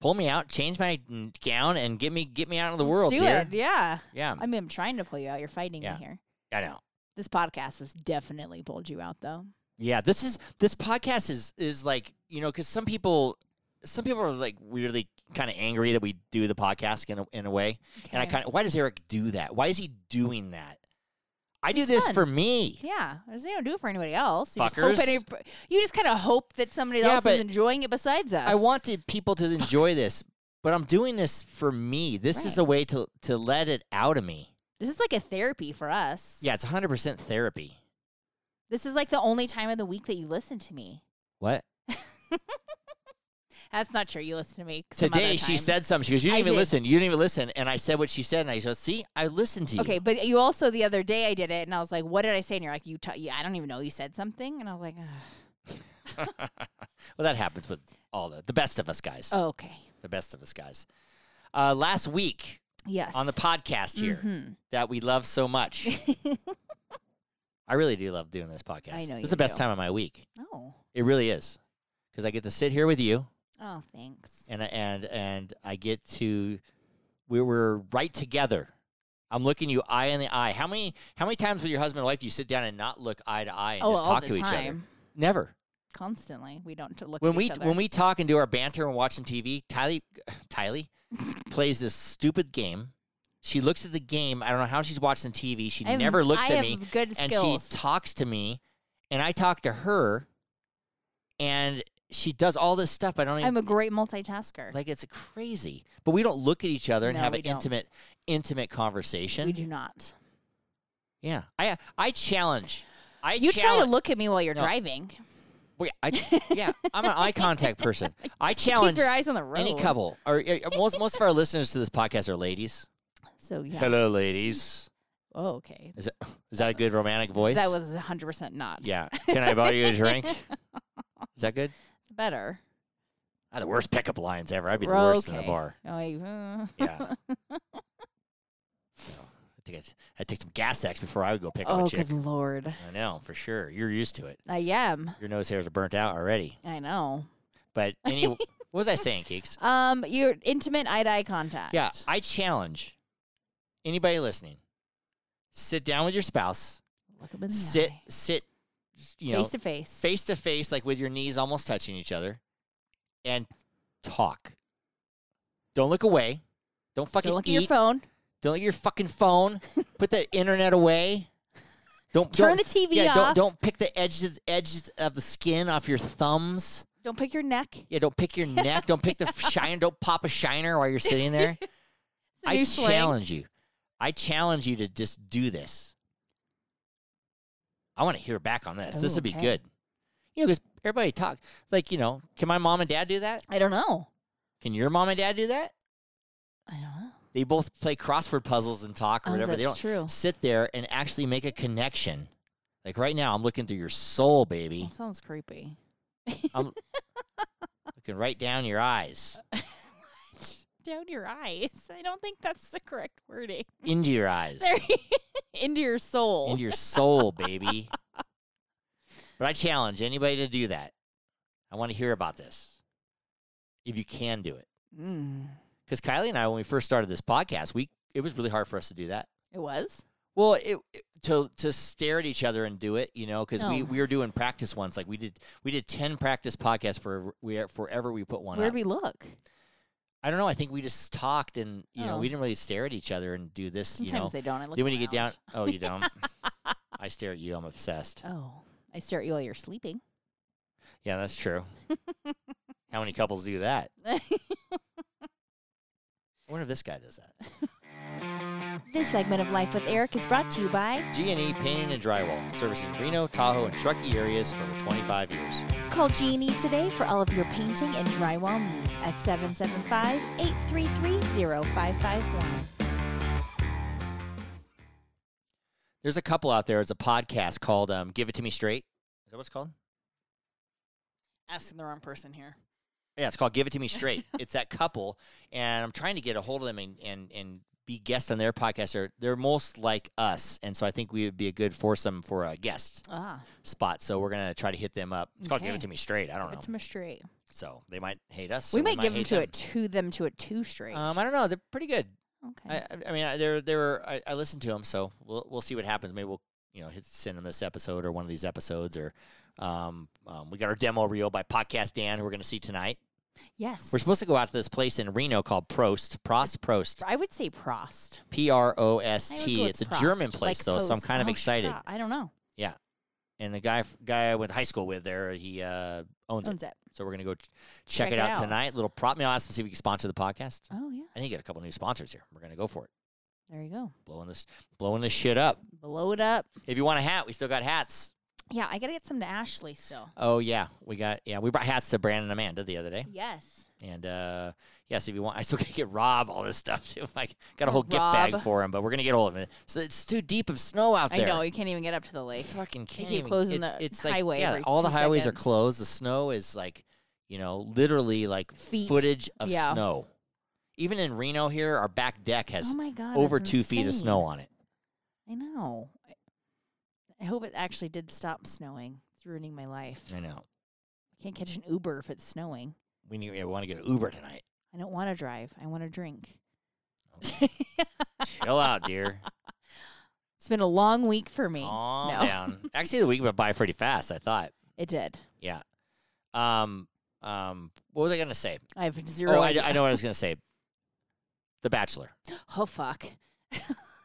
Pull me out, change my n- gown, and get me get me out of the world, Let's do dear. it. Yeah. Yeah, I mean, I'm trying to pull you out. You're fighting Yeah. me here. I know. This podcast has definitely pulled you out, though. Yeah, this is this podcast is is like you know because some people some people are like weirdly kind of angry that we do the podcast in a, in a way, and I Okay. kind of why does Eric do that? Why is he doing that? I do It's this fun. for me. Yeah, because they don't do it for anybody else. You just, hope Fuckers. any, you just kind of hope that somebody Yeah, else but is enjoying it besides us. I wanted people to enjoy this, but I'm doing this for me. This is Right. a way to to let it out of me. This is like a therapy for us. Yeah, it's 100 percent therapy. This is like the only time of the week that you listen to me. What That's not true. You listen to me some other today she time. said something. She goes, "You didn't I even did. listen. You didn't even listen." And I said what she said, and I said, "See, I listened to you." Okay, but you also the other day I did it, and I was like, "What did I say?" And you're like, "You, t- yeah, I don't even know. You said something," and I was like, Ugh. well, that happens with all the the best of us guys. Oh, "Okay, The best of us guys. Uh, last week yes." on the podcast here Mhm. that we love so much. I really do love doing this podcast. I know This is you the best do. time of my week. oh, It really is because I get to sit here with you oh, thanks. and I- and and I get to we were right together. I'm looking you eye in the eye. How many how many times with your husband or wife do you sit down and not look eye to eye and oh, just all talk the to each other? time, Never. constantly. We don't t- look when at we each other. when we talk and do our banter and watching TV, Tylee Tylee plays this stupid game. She looks at the game. I don't know how she's watching TV. She I have- never looks I at have me, Good and skills. she talks to me, and I talk to her, and she does all this stuff, but I don't even I'm a great multitasker. like it's crazy. But we don't look at each other and No, have we an don't. intimate intimate conversation. we do not. Yeah. I I challenge. I You try challenge. to look at me while you're No. driving. Wait, I, yeah, I'm an eye contact person. I Keep challenge your eyes on the road. any couple or uh, most most of our listeners to this podcast are ladies. So yeah. Hello, ladies. Oh, okay. Is that is that a good romantic voice? That was 100% not. Yeah. Can I buy you a drink? Is that good? Better. I Ah, the worst pickup lines ever. I'd be the We're worst in a okay. bar. Oh, you- uh, Yeah. So, I think I'd, I'd take some gas sex before I would go pick up oh a chick. good lord. I know for sure. You're used to it. I am. Your nose hairs are burnt out already. I know. But any, what was I saying, Keeks? Um, your intimate eye to eye contact. Yeah, I challenge anybody listening. Sit down with your spouse. Look 'em in the Sit, eye. sit, you face know, to face. face to face, like with your knees almost touching each other, and talk. Don't look away. Don't fucking Don't look eat. at your phone. Don't look at your fucking phone. Put the internet away. Don't Turn don't, the TV yeah, off. don't don't pick the edges edges of the skin off your thumbs. Don't pick your neck. It's Yeah, don't pick your neck. Don't pick the shine. Don't pop a shiner while you're sitting there. a I new slang. challenge you. I challenge you to just do this. I want to hear back on this. this Oh, would be okay. good. You know, because everybody talks. Like, you know, can my mom and dad do that? I don't know. Can your mom and dad do that? I don't know. They both play crossword puzzles and talk or Oh, whatever. they don't that's true. sit there and actually make a connection. Like right now, I'm looking through your soul, baby. That sounds creepy. Looking right down your eyes, Uh, Down your eyes. I don't think that's the correct wording. into your eyes. There, into your soul. into your soul, baby. But I challenge anybody to do that. I want to hear about this. If you can do it. mm. Because Kylie and I, when we first started this podcast, we it was really hard for us to do that. It was. Well, it, it- to to stare at each other and do it, you know, because we, No. we were doing practice ones. Like we did we did ten practice podcasts for we forever we put one Where'd up. we look? I don't know. I think we just talked and you know Oh. we didn't really stare at each other and do this. Sometimes you know, I don't. I look then when you get down, around. oh, you don't. I stare at you. I'm obsessed. Oh, I stare at you while you're sleeping. Yeah, that's true. How many couples do that? I wonder if this guy does that. This segment of Life with Eric is brought to you by G&E Painting and Drywall, servicing Reno, Tahoe, and Truckee areas for over 25 years. Call G&E today for all of your painting and drywall needs at 775-833-0551. There's a couple out there. It's a podcast called um, "Give It to Me Straight." Is that what it's called? Asking the wrong person here. Yeah, it's called "Give It to Me Straight." it's that couple, and I'm trying to get a hold of them and and, and be guest on their podcast. They're they're most like us, and so I think we would be a good foursome for a guest Ah, spot. So we're gonna try to hit them up. It's called "Give Okay. It to Me Straight." I don't know. give it to me straight. So they might hate us. we or might give them hate to it to them to it too straight. Um, I don't know. They're pretty good. I, okay. I- I mean, I- they're they're. I, I listened to them, so we'll we'll see what happens. Maybe we'll you know hit send them this episode or one of these episodes or. Um, um, we got our demo reel by Podcast Dan, who we're going to see tonight. yes. We're supposed to go out to this place in Reno called Prost, Prost, Prost, I would say Prost. P R O I S would go T. with It's a Prost, German like place, though, so I'm Prost. kind of Oh, excited. shit, I don't know. And the guy f- guy I went to high school with there, he uh, owns it, Owns it. so we're going to go ch- check, it out, tonight. Little prop mail, ask him see if we can sponsor the podcast. Oh yeah. I think you get a couple new sponsors here. We're going to go for it. There you go. blowing this blowing this shit up. Blow it up. If you want a hat, we still got hats. Yeah, I gotta get some to Ashley still. Oh yeah, we got yeah we brought hats to Brandon and Amanda the other day, Yes. and uh yes, if you want, I still gotta get Rob all this stuff too. Like got a whole gift Rob. bag for him, but we're gonna get hold of it. So it's too deep of snow out I there. know you can't even get up to the lake. fucking can't keep even- closing it's, the it's highway Like, yeah, every all the two highways are seconds. closed. The snow is like you know literally like Feet. footage of Yeah. snow. Even in Reno here, our back deck has Oh my god. over that's two feet of insane. snow on it. I know. I- I hope it actually did stop snowing. It's ruining my life. I know. I can't catch an Uber if it's snowing. We need. yeah, we want to get an Uber tonight. I don't want to drive. I want to drink. Chill out, dear. It's been a long week for me. Calm No. down. Actually, the week went by pretty fast. I thought. It did. Yeah. Um. Um. What was I gonna say? I have zero. Oh, I, idea. I know what I was gonna say. The Bachelor. Oh fuck.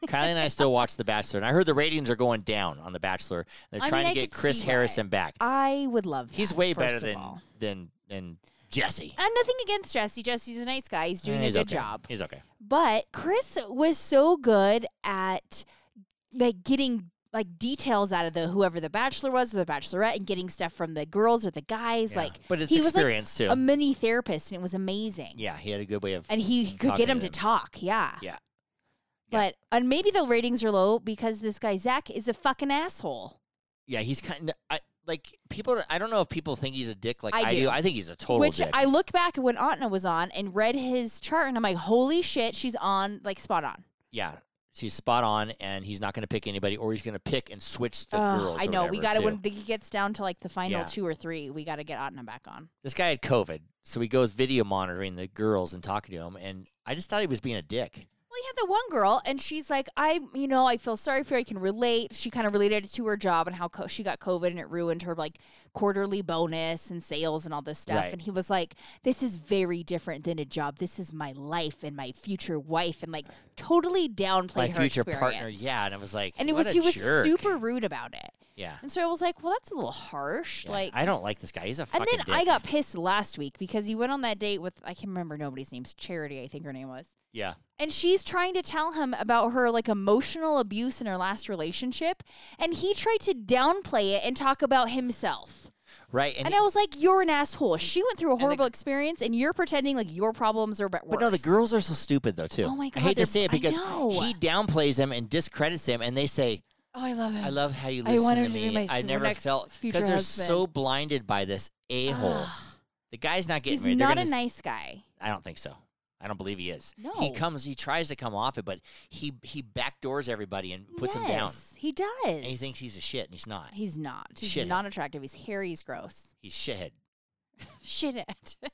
Kylie and I still watch The Bachelor, and I heard the ratings are going down on The Bachelor. They're I mean, trying I to get could Chris see Harrison back. I would love. He's that, way first better of than all. than than Jesse. And nothing against Jesse. Jesse's a nice guy. He's doing Eh, he's a good okay. job. He's okay. But Chris was so good at like getting like details out of the whoever the bachelor was or the bachelorette and getting stuff from the girls or the guys. Yeah. Like but it's he was, like, experience a too. mini therapist, and it was amazing. Yeah, he had a good way of. And he And could talking get to him to them. talk. Yeah. Yeah. Yeah. But and maybe the ratings are low because this guy Zach is a fucking asshole. yeah, he's kind. I like people. I don't know if people think he's a dick like I, I do. do. I think he's a total Which dick. I look back at when Atna was on and read his chart, and I'm like, holy shit, she's on like spot on. yeah, she's spot on, and he's not going to pick anybody, or he's going to pick and switch the Ugh, girls. I or know we whatever, got to too. when it gets down to like the final Yeah. two or three, we got to get Atna back on. this guy had COVID, so he goes video monitoring the girls and talking to them, and I just thought he was being a dick. Well, he had the one girl, and she's like, I, you know, I feel sorry for her. I can relate. She kind of related it to her job and how co- she got COVID and it ruined her like quarterly bonus and sales and all this stuff. Right. And he was like, This is very different than a job. This is my life and my future wife, and like totally downplayed My her future experience. partner, yeah, and I was like, And it what was a he was jerk. super rude about it. yeah. And so I was like, Well, that's a little harsh. yeah. Like I don't like this guy. He's a and fucking. then dick. I got pissed last week because he went on that date with I can't remember nobody's name's Charity, I think her name was. yeah. And she's trying to tell him about her like emotional abuse in her last relationship, and he tried to downplay it and talk about himself. Right. And, And, I was like, "You're an asshole." She went through a the- horrible experience, and you're pretending like your problems are but worse. but no, the girls are so stupid though too. Oh my I God, hate to they're- say it I because know. he downplays him and discredits him, and they say, Oh, I love him. "I love how you I listen want to him to be me." my I s- never next felt future they're husband. so blinded by this a hole. Ugh. The guy's not getting He's married. They're not gonna a s- nice guy. I don't think so. I don't believe he is. He No. comes. He tries to come off it, but he he backdoors everybody and puts him down. Yes, He does. And he thinks he's a shit, and he's not. he's not. He's Shithead. not attractive. He's hairy. He's gross. He's shithead. Shit it. But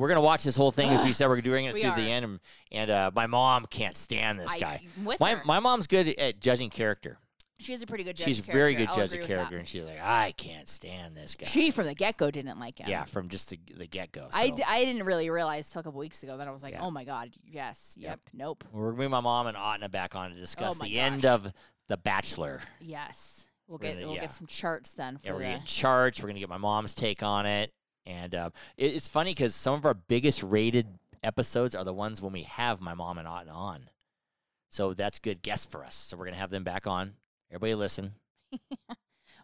we're gonna watch this whole thing as we said we're doing it We through are. the end, and, and uh, my mom can't stand this I- guy. I'm with My, her. my mom's good at judging character. She has a pretty good judge. she's of very character. good I'll judge agree with of that. character, and she's like, I can't stand this guy. She from the get go didn't like him. yeah. from just the, the get go. I, d- I didn't really realize till a couple weeks ago that I was like, Yeah. oh my god, yes, Yep. yep, nope, we're gonna bring my mom and Atna back on to discuss Oh my the end gosh. of The Bachelor. yes. We'll We're get gonna- we'll yeah. get some charts then for Yeah, we're gonna the. get charts. We're gonna get my mom's take on it, and uh, it, it's funny because some of our biggest rated episodes are the ones when we have my mom and Auden on. So that's good guess for us. So we're gonna have them back on. Everybody listen.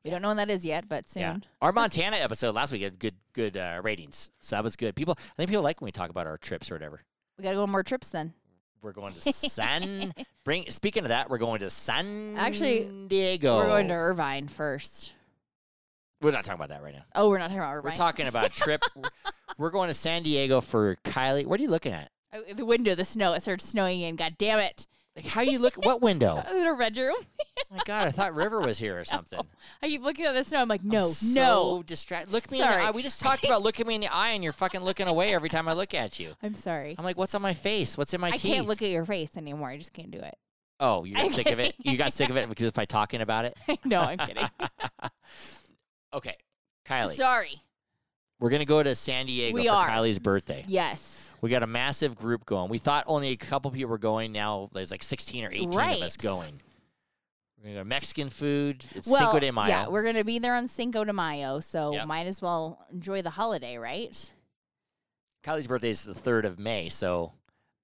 We don't know when that is yet, but soon. Yeah, our Montana episode last week had good good uh, ratings, so that was good. People, I think people like when we talk about our trips or whatever. We gotta go on more trips then. We're going to San. Bring speaking of that, we're going to San. Actually, Diego. We're going to Irvine first. We're not talking about that right now. Oh, we're not talking about Irvine. We're talking about trip. We're- we're going to San Diego for Kylie. What are you looking at? Oh, the window, the snow. It started snowing in. God damn it! Like how you look? What window? Oh In our bedroom, My God, I thought River was here or something. I keep looking at the snow. I'm like, no, I'm so no. distracted. Look me in Sorry. the eye. We just talked about looking me in the eye, and you're fucking looking away every time I look at you. I'm sorry. I'm like, what's on my face? What's in my I teeth? can't look at your face anymore. I just can't do it. oh, you got I'm sick of it. kidding. You got sick of it because if I talking about it. no, I'm kidding. okay, Kylie, Sorry. we're gonna go to San Diego We for are. Kylie's birthday. Yes. We got a massive group going. We thought only a couple people were going. Now there's like 16 or 18 of us Right. going. We're gonna go to Mexican food. It's well, Cinco de Mayo. Yeah, we're gonna be there on Cinco de Mayo, so Yep. might as well enjoy the holiday, right? Kylie's birthday is the third of May, so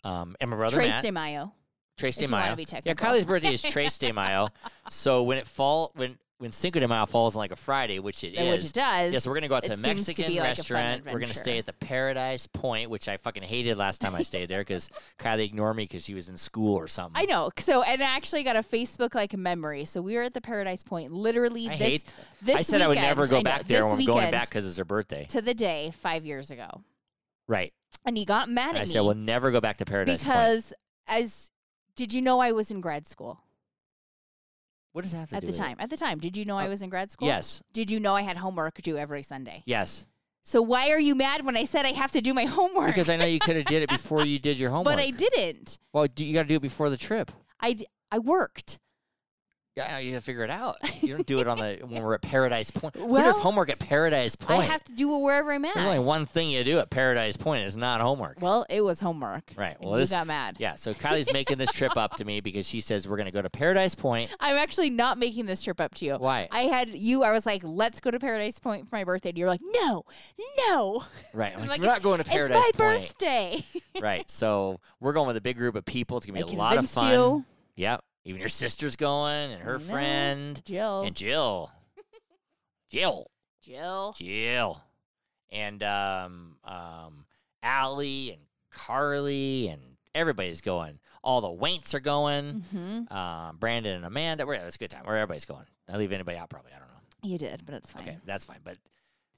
um, and my brother Trace Matt, de Mayo. Trace de if you wanna Mayo. be yeah, technical. Kylie's birthday is Trace de Mayo. So when it fall when when Cinco de Mayo falls on like a Friday, which it is. Which it does. yeah, so we're gonna go out to it a seems to Mexican be like a fun restaurant. we're gonna adventure. stay at the Paradise Point, which I fucking hated last time I stayed there because Kylie ignored me because she was in school or something. I know. So and I actually got a Facebook like memory. So we were at the Paradise Point literally I this hate- this I said I would never weekend- go know, back there this when I'm weekend going back because it's her birthday. to the day five years ago. right. And he got mad And at I me said, we'll never go back to Paradise Point. because as did you know I was in grad school What does that have to at do the with it? time? At the time, did you know I Oh, was in grad school? Yes. Did you know I had homework due every Sunday? Yes. So why are you mad when I said I have to do my homework? Because I know you could have did it before you did your homework. but I didn't. Well, do, you got to do it before the trip. I, d- I worked. Yeah, I know, you gotta figure it out. You don't do it on the when we're at Paradise Point. Who does Well, homework at Paradise Point? I have to do it wherever I'm There's only at. one thing you do at Paradise Point. It's not homework. Well, it was homework. right. and Well, you this. got mad. Yeah. So Kylie's making this trip up to me because she says we're gonna go to Paradise Point. I'm actually not making this trip up to you. Why? I had you. I was like, "Let's go to Paradise Point for my birthday," and you're like, "No, no, Right. I'm I'm like, like, we're not going to Paradise it's my Point. birthday." Right. So we're going with a big group of people. It's gonna I be a lot of convinced fun. you, Yep. Even your sister's going and her Mhm. friend Jill. and Jill. Jill. Jill. Jill. And um um Allie and Carly and everybody's going. All the Waints are going. hmm Um, Brandon and Amanda. We're, it's a good time. Where everybody's going. I leave anybody out probably. I don't know. You did, but it's fine. Okay, that's fine. But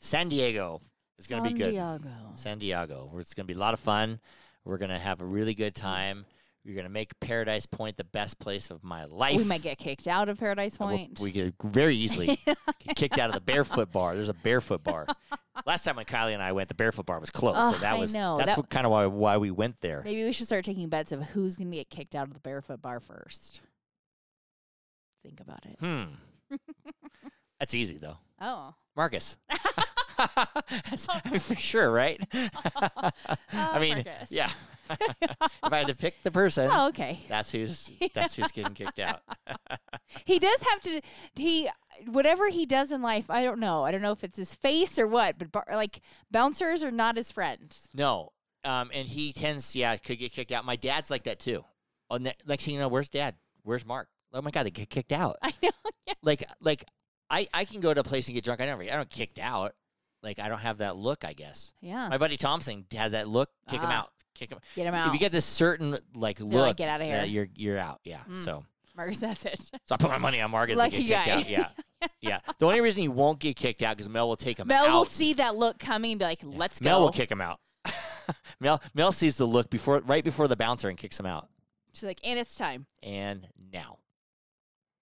San Diego is gonna be good. Santiago. San Diego. where It's going to be a lot of fun. We're going to have a really good time. You're going to make Paradise Point the best place of my life. We might get kicked out of Paradise And we'll- Point. We could very easily get kicked out of the barefoot bar. There's a barefoot bar. Last time when Kylie and I went, the barefoot bar was closed. so Ugh, that I was know. that's That- what kind of why why we went there. Maybe we should start taking bets of who's going to get kicked out of the barefoot bar first. Think about it. Hmm. that's easy though. Oh, Marcus. That's- I mean, for sure, right? I mean, Uh, Marcus. yeah. if I had to pick the person, oh, okay. that's who's that's who's getting kicked out. He does have to. He whatever he does in life, I don't know. I don't know if it's his face or what, but bar, like bouncers are not his friends. No. Um, and he tends, yeah, could get kicked out. My dad's like that too. Oh, ne- next thing you know, where's dad? Where's Mark? Oh my god, they get kicked out. I know. Yeah. Like, like I, I can go to a place and get drunk. I never, I don't get kicked out. Like, I don't have that look. I guess Yeah. my buddy Thompson has that look. Kick him Ah. out. Kick him. Get him out. If you get this certain like, like look, "Get outta yeah, here." you're you're out. Yeah. Mm. So Marcus says it. so I put my money on Marcus. Lucky to get guy. kicked Out. Yeah. yeah. The only reason he won't get kicked out because Mel will take him Mel will out. see that look coming and be like, "Let's go." Mel will kick him out. Mel Mel sees the look before right before the bouncer and kicks him out. She's like, "And it's time." And now.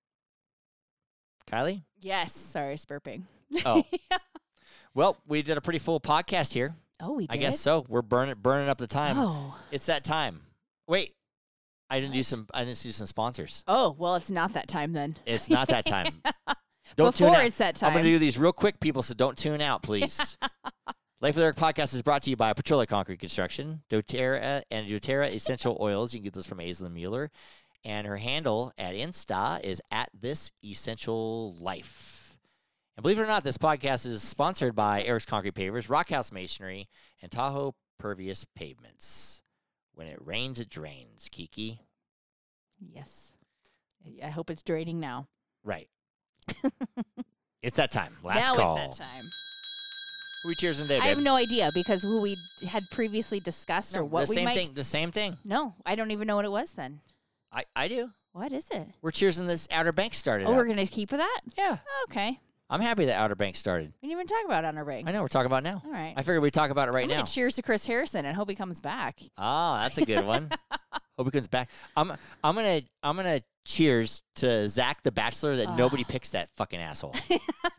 Kylie? Yes. Sorry, I was burping. Oh. Well, we did a pretty full podcast here. Oh, we did. I guess so. We're burning burning up the time. Oh. It's that time. Wait. I didn't do What? some I didn't do some sponsors. Oh, well, it's not that time then. It's not that time. Don't Before tune out. it's that I'm time. gonna do these real quick, people, so don't tune out, please. Life of Lyric Podcast is brought to you by Petrola Concrete Construction, doTERRA, and doTERRA Essential Oils. You can get those from Aislinn Mueller. And her handle at Insta is at this essential life. And believe it or not, this podcast is sponsored by Eric's Concrete Pavers, Rock House Masonry, and Tahoe Pervious Pavements. When it rains, it drains, Kiki. Yes. I- I hope it's draining now. Right. it's that time. Last now call. it's that time. Who we cheers today, babe? I have no idea because who we had previously discussed or No, what the we same might. thing. The same thing. No, I don't even know what it was then. I, I do. What is it? We're cheersing this Outer Banks started. Oh, up. we're gonna keep with that. Oh, yeah, Okay, I'm happy that Outer Banks started. we didn't even talk about it on our break. I know we're talking about it now. All right. I figured we'd talk about it right I'm now. gonna cheers to Chris Harrison and hope he comes back. oh, that's a good one. Hope he comes back. I'm I'm gonna I'm gonna cheers to Zach the Bachelor that Ah. nobody picks that fucking asshole.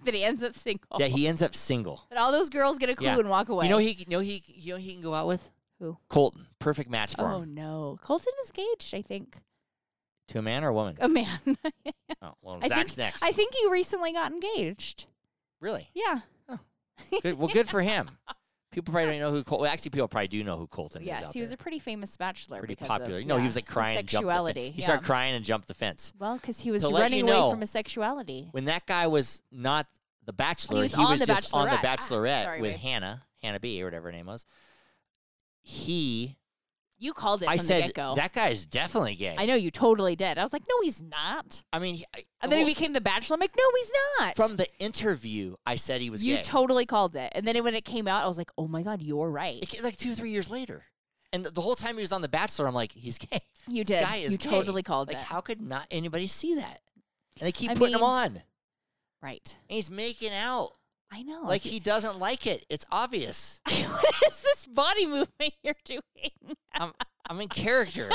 that he ends up single. that he ends up single. that all those girls get a clue Yeah. and walk away. You know he you know he you know he can go out with Who? Colton. Perfect match for oh him. no, Colton is gauged. I think To a man or a woman? a man. Oh well, I Zach's think next. I think he recently got engaged. really? Yeah. Good. Well, good for him. People probably don't know who Colton. Well, actually, people probably do know who Colton is. yes, out he was there. a pretty famous bachelor. pretty because popular. Of, no, he yeah, was like his crying and jumped the fence. Sexuality. He yeah. started crying and jumped the fence. Well, because he was To let running you away know- from his sexuality. When that guy was not the bachelor, was on The just on the Bachelorette. Ah, bachelorette sorry, with babe. Hannah, Hannah B or whatever her name was. He You called it from I the said get go. that guy is definitely gay. I know you totally did. I was like, no, he's not. I mean, he- I- And then well, he became the bachelor. I'm like, no, he's not. from the interview, I said he was you gay. totally called it. And then when it came out, I was like, oh my God, you're right. It ca- like two or three years later. And the whole time he was on the Bachelor, I'm like, he's gay. you This did. guy is you gay. totally called Like, it. how could not anybody see that? And they keep I putting him mean- on. And right. he's making out. I know. Like he doesn't like it. It's obvious. what is this body movement you're doing? I'm in character.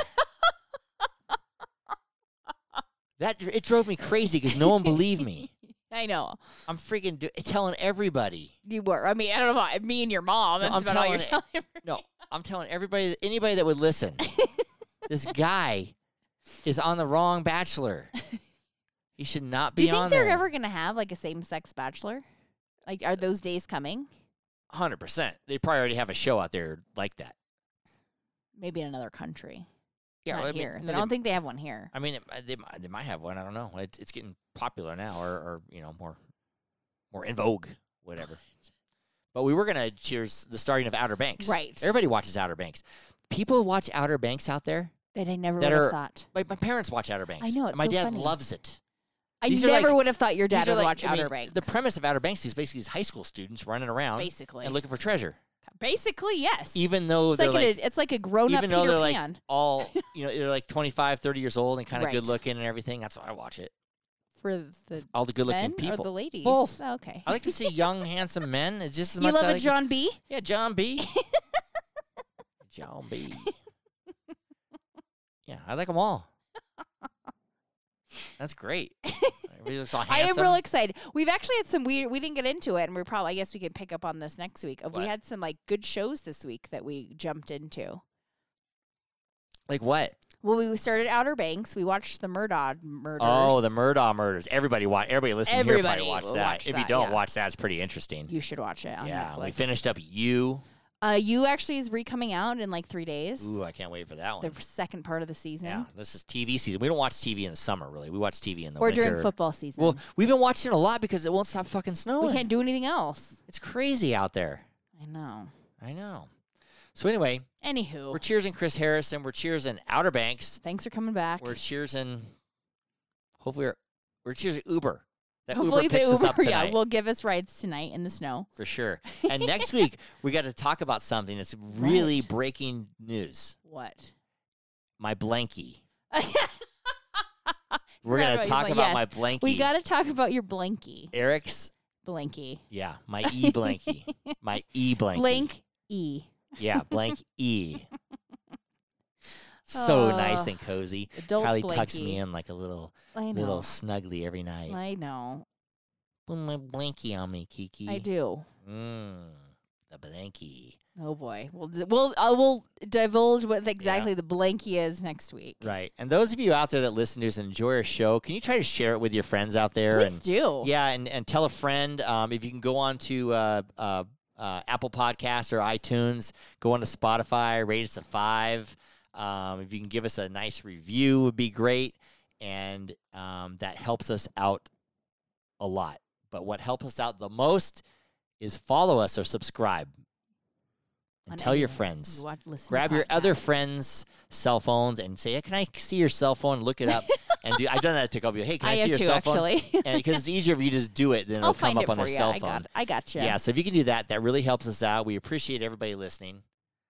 that dr- it drove me crazy because no one believed me. I know. I'm freaking do- telling everybody. You were. I mean, I don't know. About me and your mom. No, that's I'm about all you're telling telling me. No, I'm telling everybody, anybody that would listen. this guy is on the wrong Bachelor. He should not be Do you think on they're there. ever gonna have like a same sex bachelor? Like, are those days coming? Hundred percent. They probably already have a show out there like that. Maybe in another country. Yeah, not well, I mean, here. no, I they- don't think they have one here. I mean, it, uh, they, mi- they might have one. I don't know. It's, it's getting popular now, or, or you know, more more in vogue, whatever. but we were gonna cheers the starting of Outer Banks. Right. Everybody watches Outer Banks. People watch Outer Banks out there. That I never that would have are- thought. My, my parents watch Outer Banks. know, and it's My so dad funny. loves it. I these are, never like- would have thought your dad These are would like- watch I Outer mean, Banks. The premise of Outer Banks is basically these high school students running around basically, and looking for treasure, basically, yes. even though it's they're like, like, a, it's like a grown up even Peter though they're like Pan. all you know, they're like 25, 30 years old and kind of Right. good looking and everything. That's why I watch it. for the All the good looking men people. or uh, the ladies. Both. Oh, okay. I like to see young, handsome men. It's just as you much. love I a like to- John B. Yeah, John B. John B. Yeah, I like them all. That's great. Everybody looks all I am handsome. real excited. We've actually had some weird. We didn't get into it, and we're probably. I guess we can pick up on this next week. Of we What? had some like good shows this week that we jumped into. like what? Well, we started Outer Banks. We watched the Murdaugh murders. Oh, the Murdaugh murders. Everybody watch. Everybody listening Everybody here probably will watch that. watch if you that, don't yeah. watch that, it's pretty interesting. You should watch it on yeah, Netflix. we finished up you. Uh, you actually is re coming out in like three days. Ooh, I can't wait for that one. the second part of the season, yeah, this is TV season. We don't watch TV in the summer, really. We watch TV in the or winter. during football season. Well, we've been watching a lot because it won't stop fucking snowing. we can't do anything else. It's crazy out there. I know. I know. So anyway, Anywho, we're cheersing Chris Harrison. We're cheersing Outer Banks. thanks for coming back. We're cheersing. Hopefully, we're, we're cheersing Uber. That Hopefully, Uber picks the us up Uber, tonight yeah, will give us rides tonight in the snow. for sure. And next week we got to talk about something that's really Right. breaking news. What? My blankie. We're gonna about your talk blan- yes. about my blankie. we got to talk about your blankie. Eric's. Blankie. Yeah, my e blankie. My e blankie. Blank E. Yeah, blank e. So nice Oh, and cozy. Adult Kylie blankie. tucks me in like a little I know. little snuggly every night. I know. Put my blankie on me, Kiki. I do. Mmm, a blankie. Oh boy. We'll d- we'll uh, we'll divulge what exactly the blankie is next week. Right. And those of you out there that listen to us and enjoy our show, can you try to share it with your friends out there? Please and do. Yeah, and, and tell a friend. Um, if you can go on to uh, uh, uh, Apple Podcasts or iTunes, go on to Spotify, rate us a five. Um, if you can give us a nice review, would be great, and um, that helps us out a lot. But what helps us out the most is follow us or subscribe, and On tell your anywhere friends. You want to listen to Grab your other podcasts. friends' cell phones and say, hey, "Can I see your cell phone?" Look it up, and do, I've done that to a couple of you. Hey, can I, I see have your too, cell phone? actually. and because it's easier if you just do it than it'll I'll come find up it on for their you. cell I phone. got. I got you. Yeah, so if you can do that, that really helps us out. We appreciate everybody listening.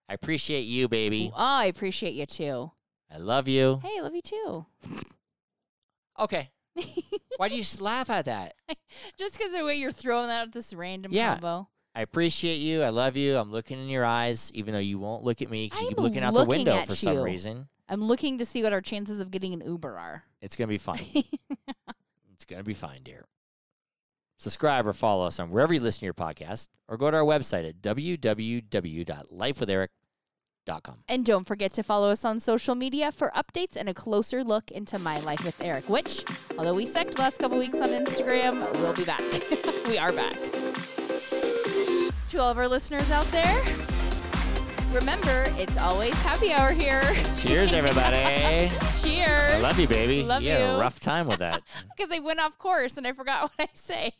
I appreciate you, baby. Oh, I appreciate you too. I love you. Hey, love you too. Okay. Why do you s- laugh at that? Just because of the way you're throwing out this random Yeah. combo. I appreciate you. I love you. I'm looking in your eyes, even though you won't look at me because I you keep am looking out the looking window at for some you. reason. I'm looking to see what our chances of getting an Uber are. It's gonna be fine. it's gonna be fine, dear. Subscribe or follow us on wherever you listen to your podcast, or go to our website at www.lifewitheric.com. And don't forget to follow us on social media for updates and a closer look into my life with Eric, which, although we sucked the last couple weeks on Instagram, we'll be back. we are back. To all of our listeners out there, remember it's always happy hour here. Cheers, everybody. Cheers. I love you, baby. Love you had you. a rough time with that. Because I went off course and I forgot what I say.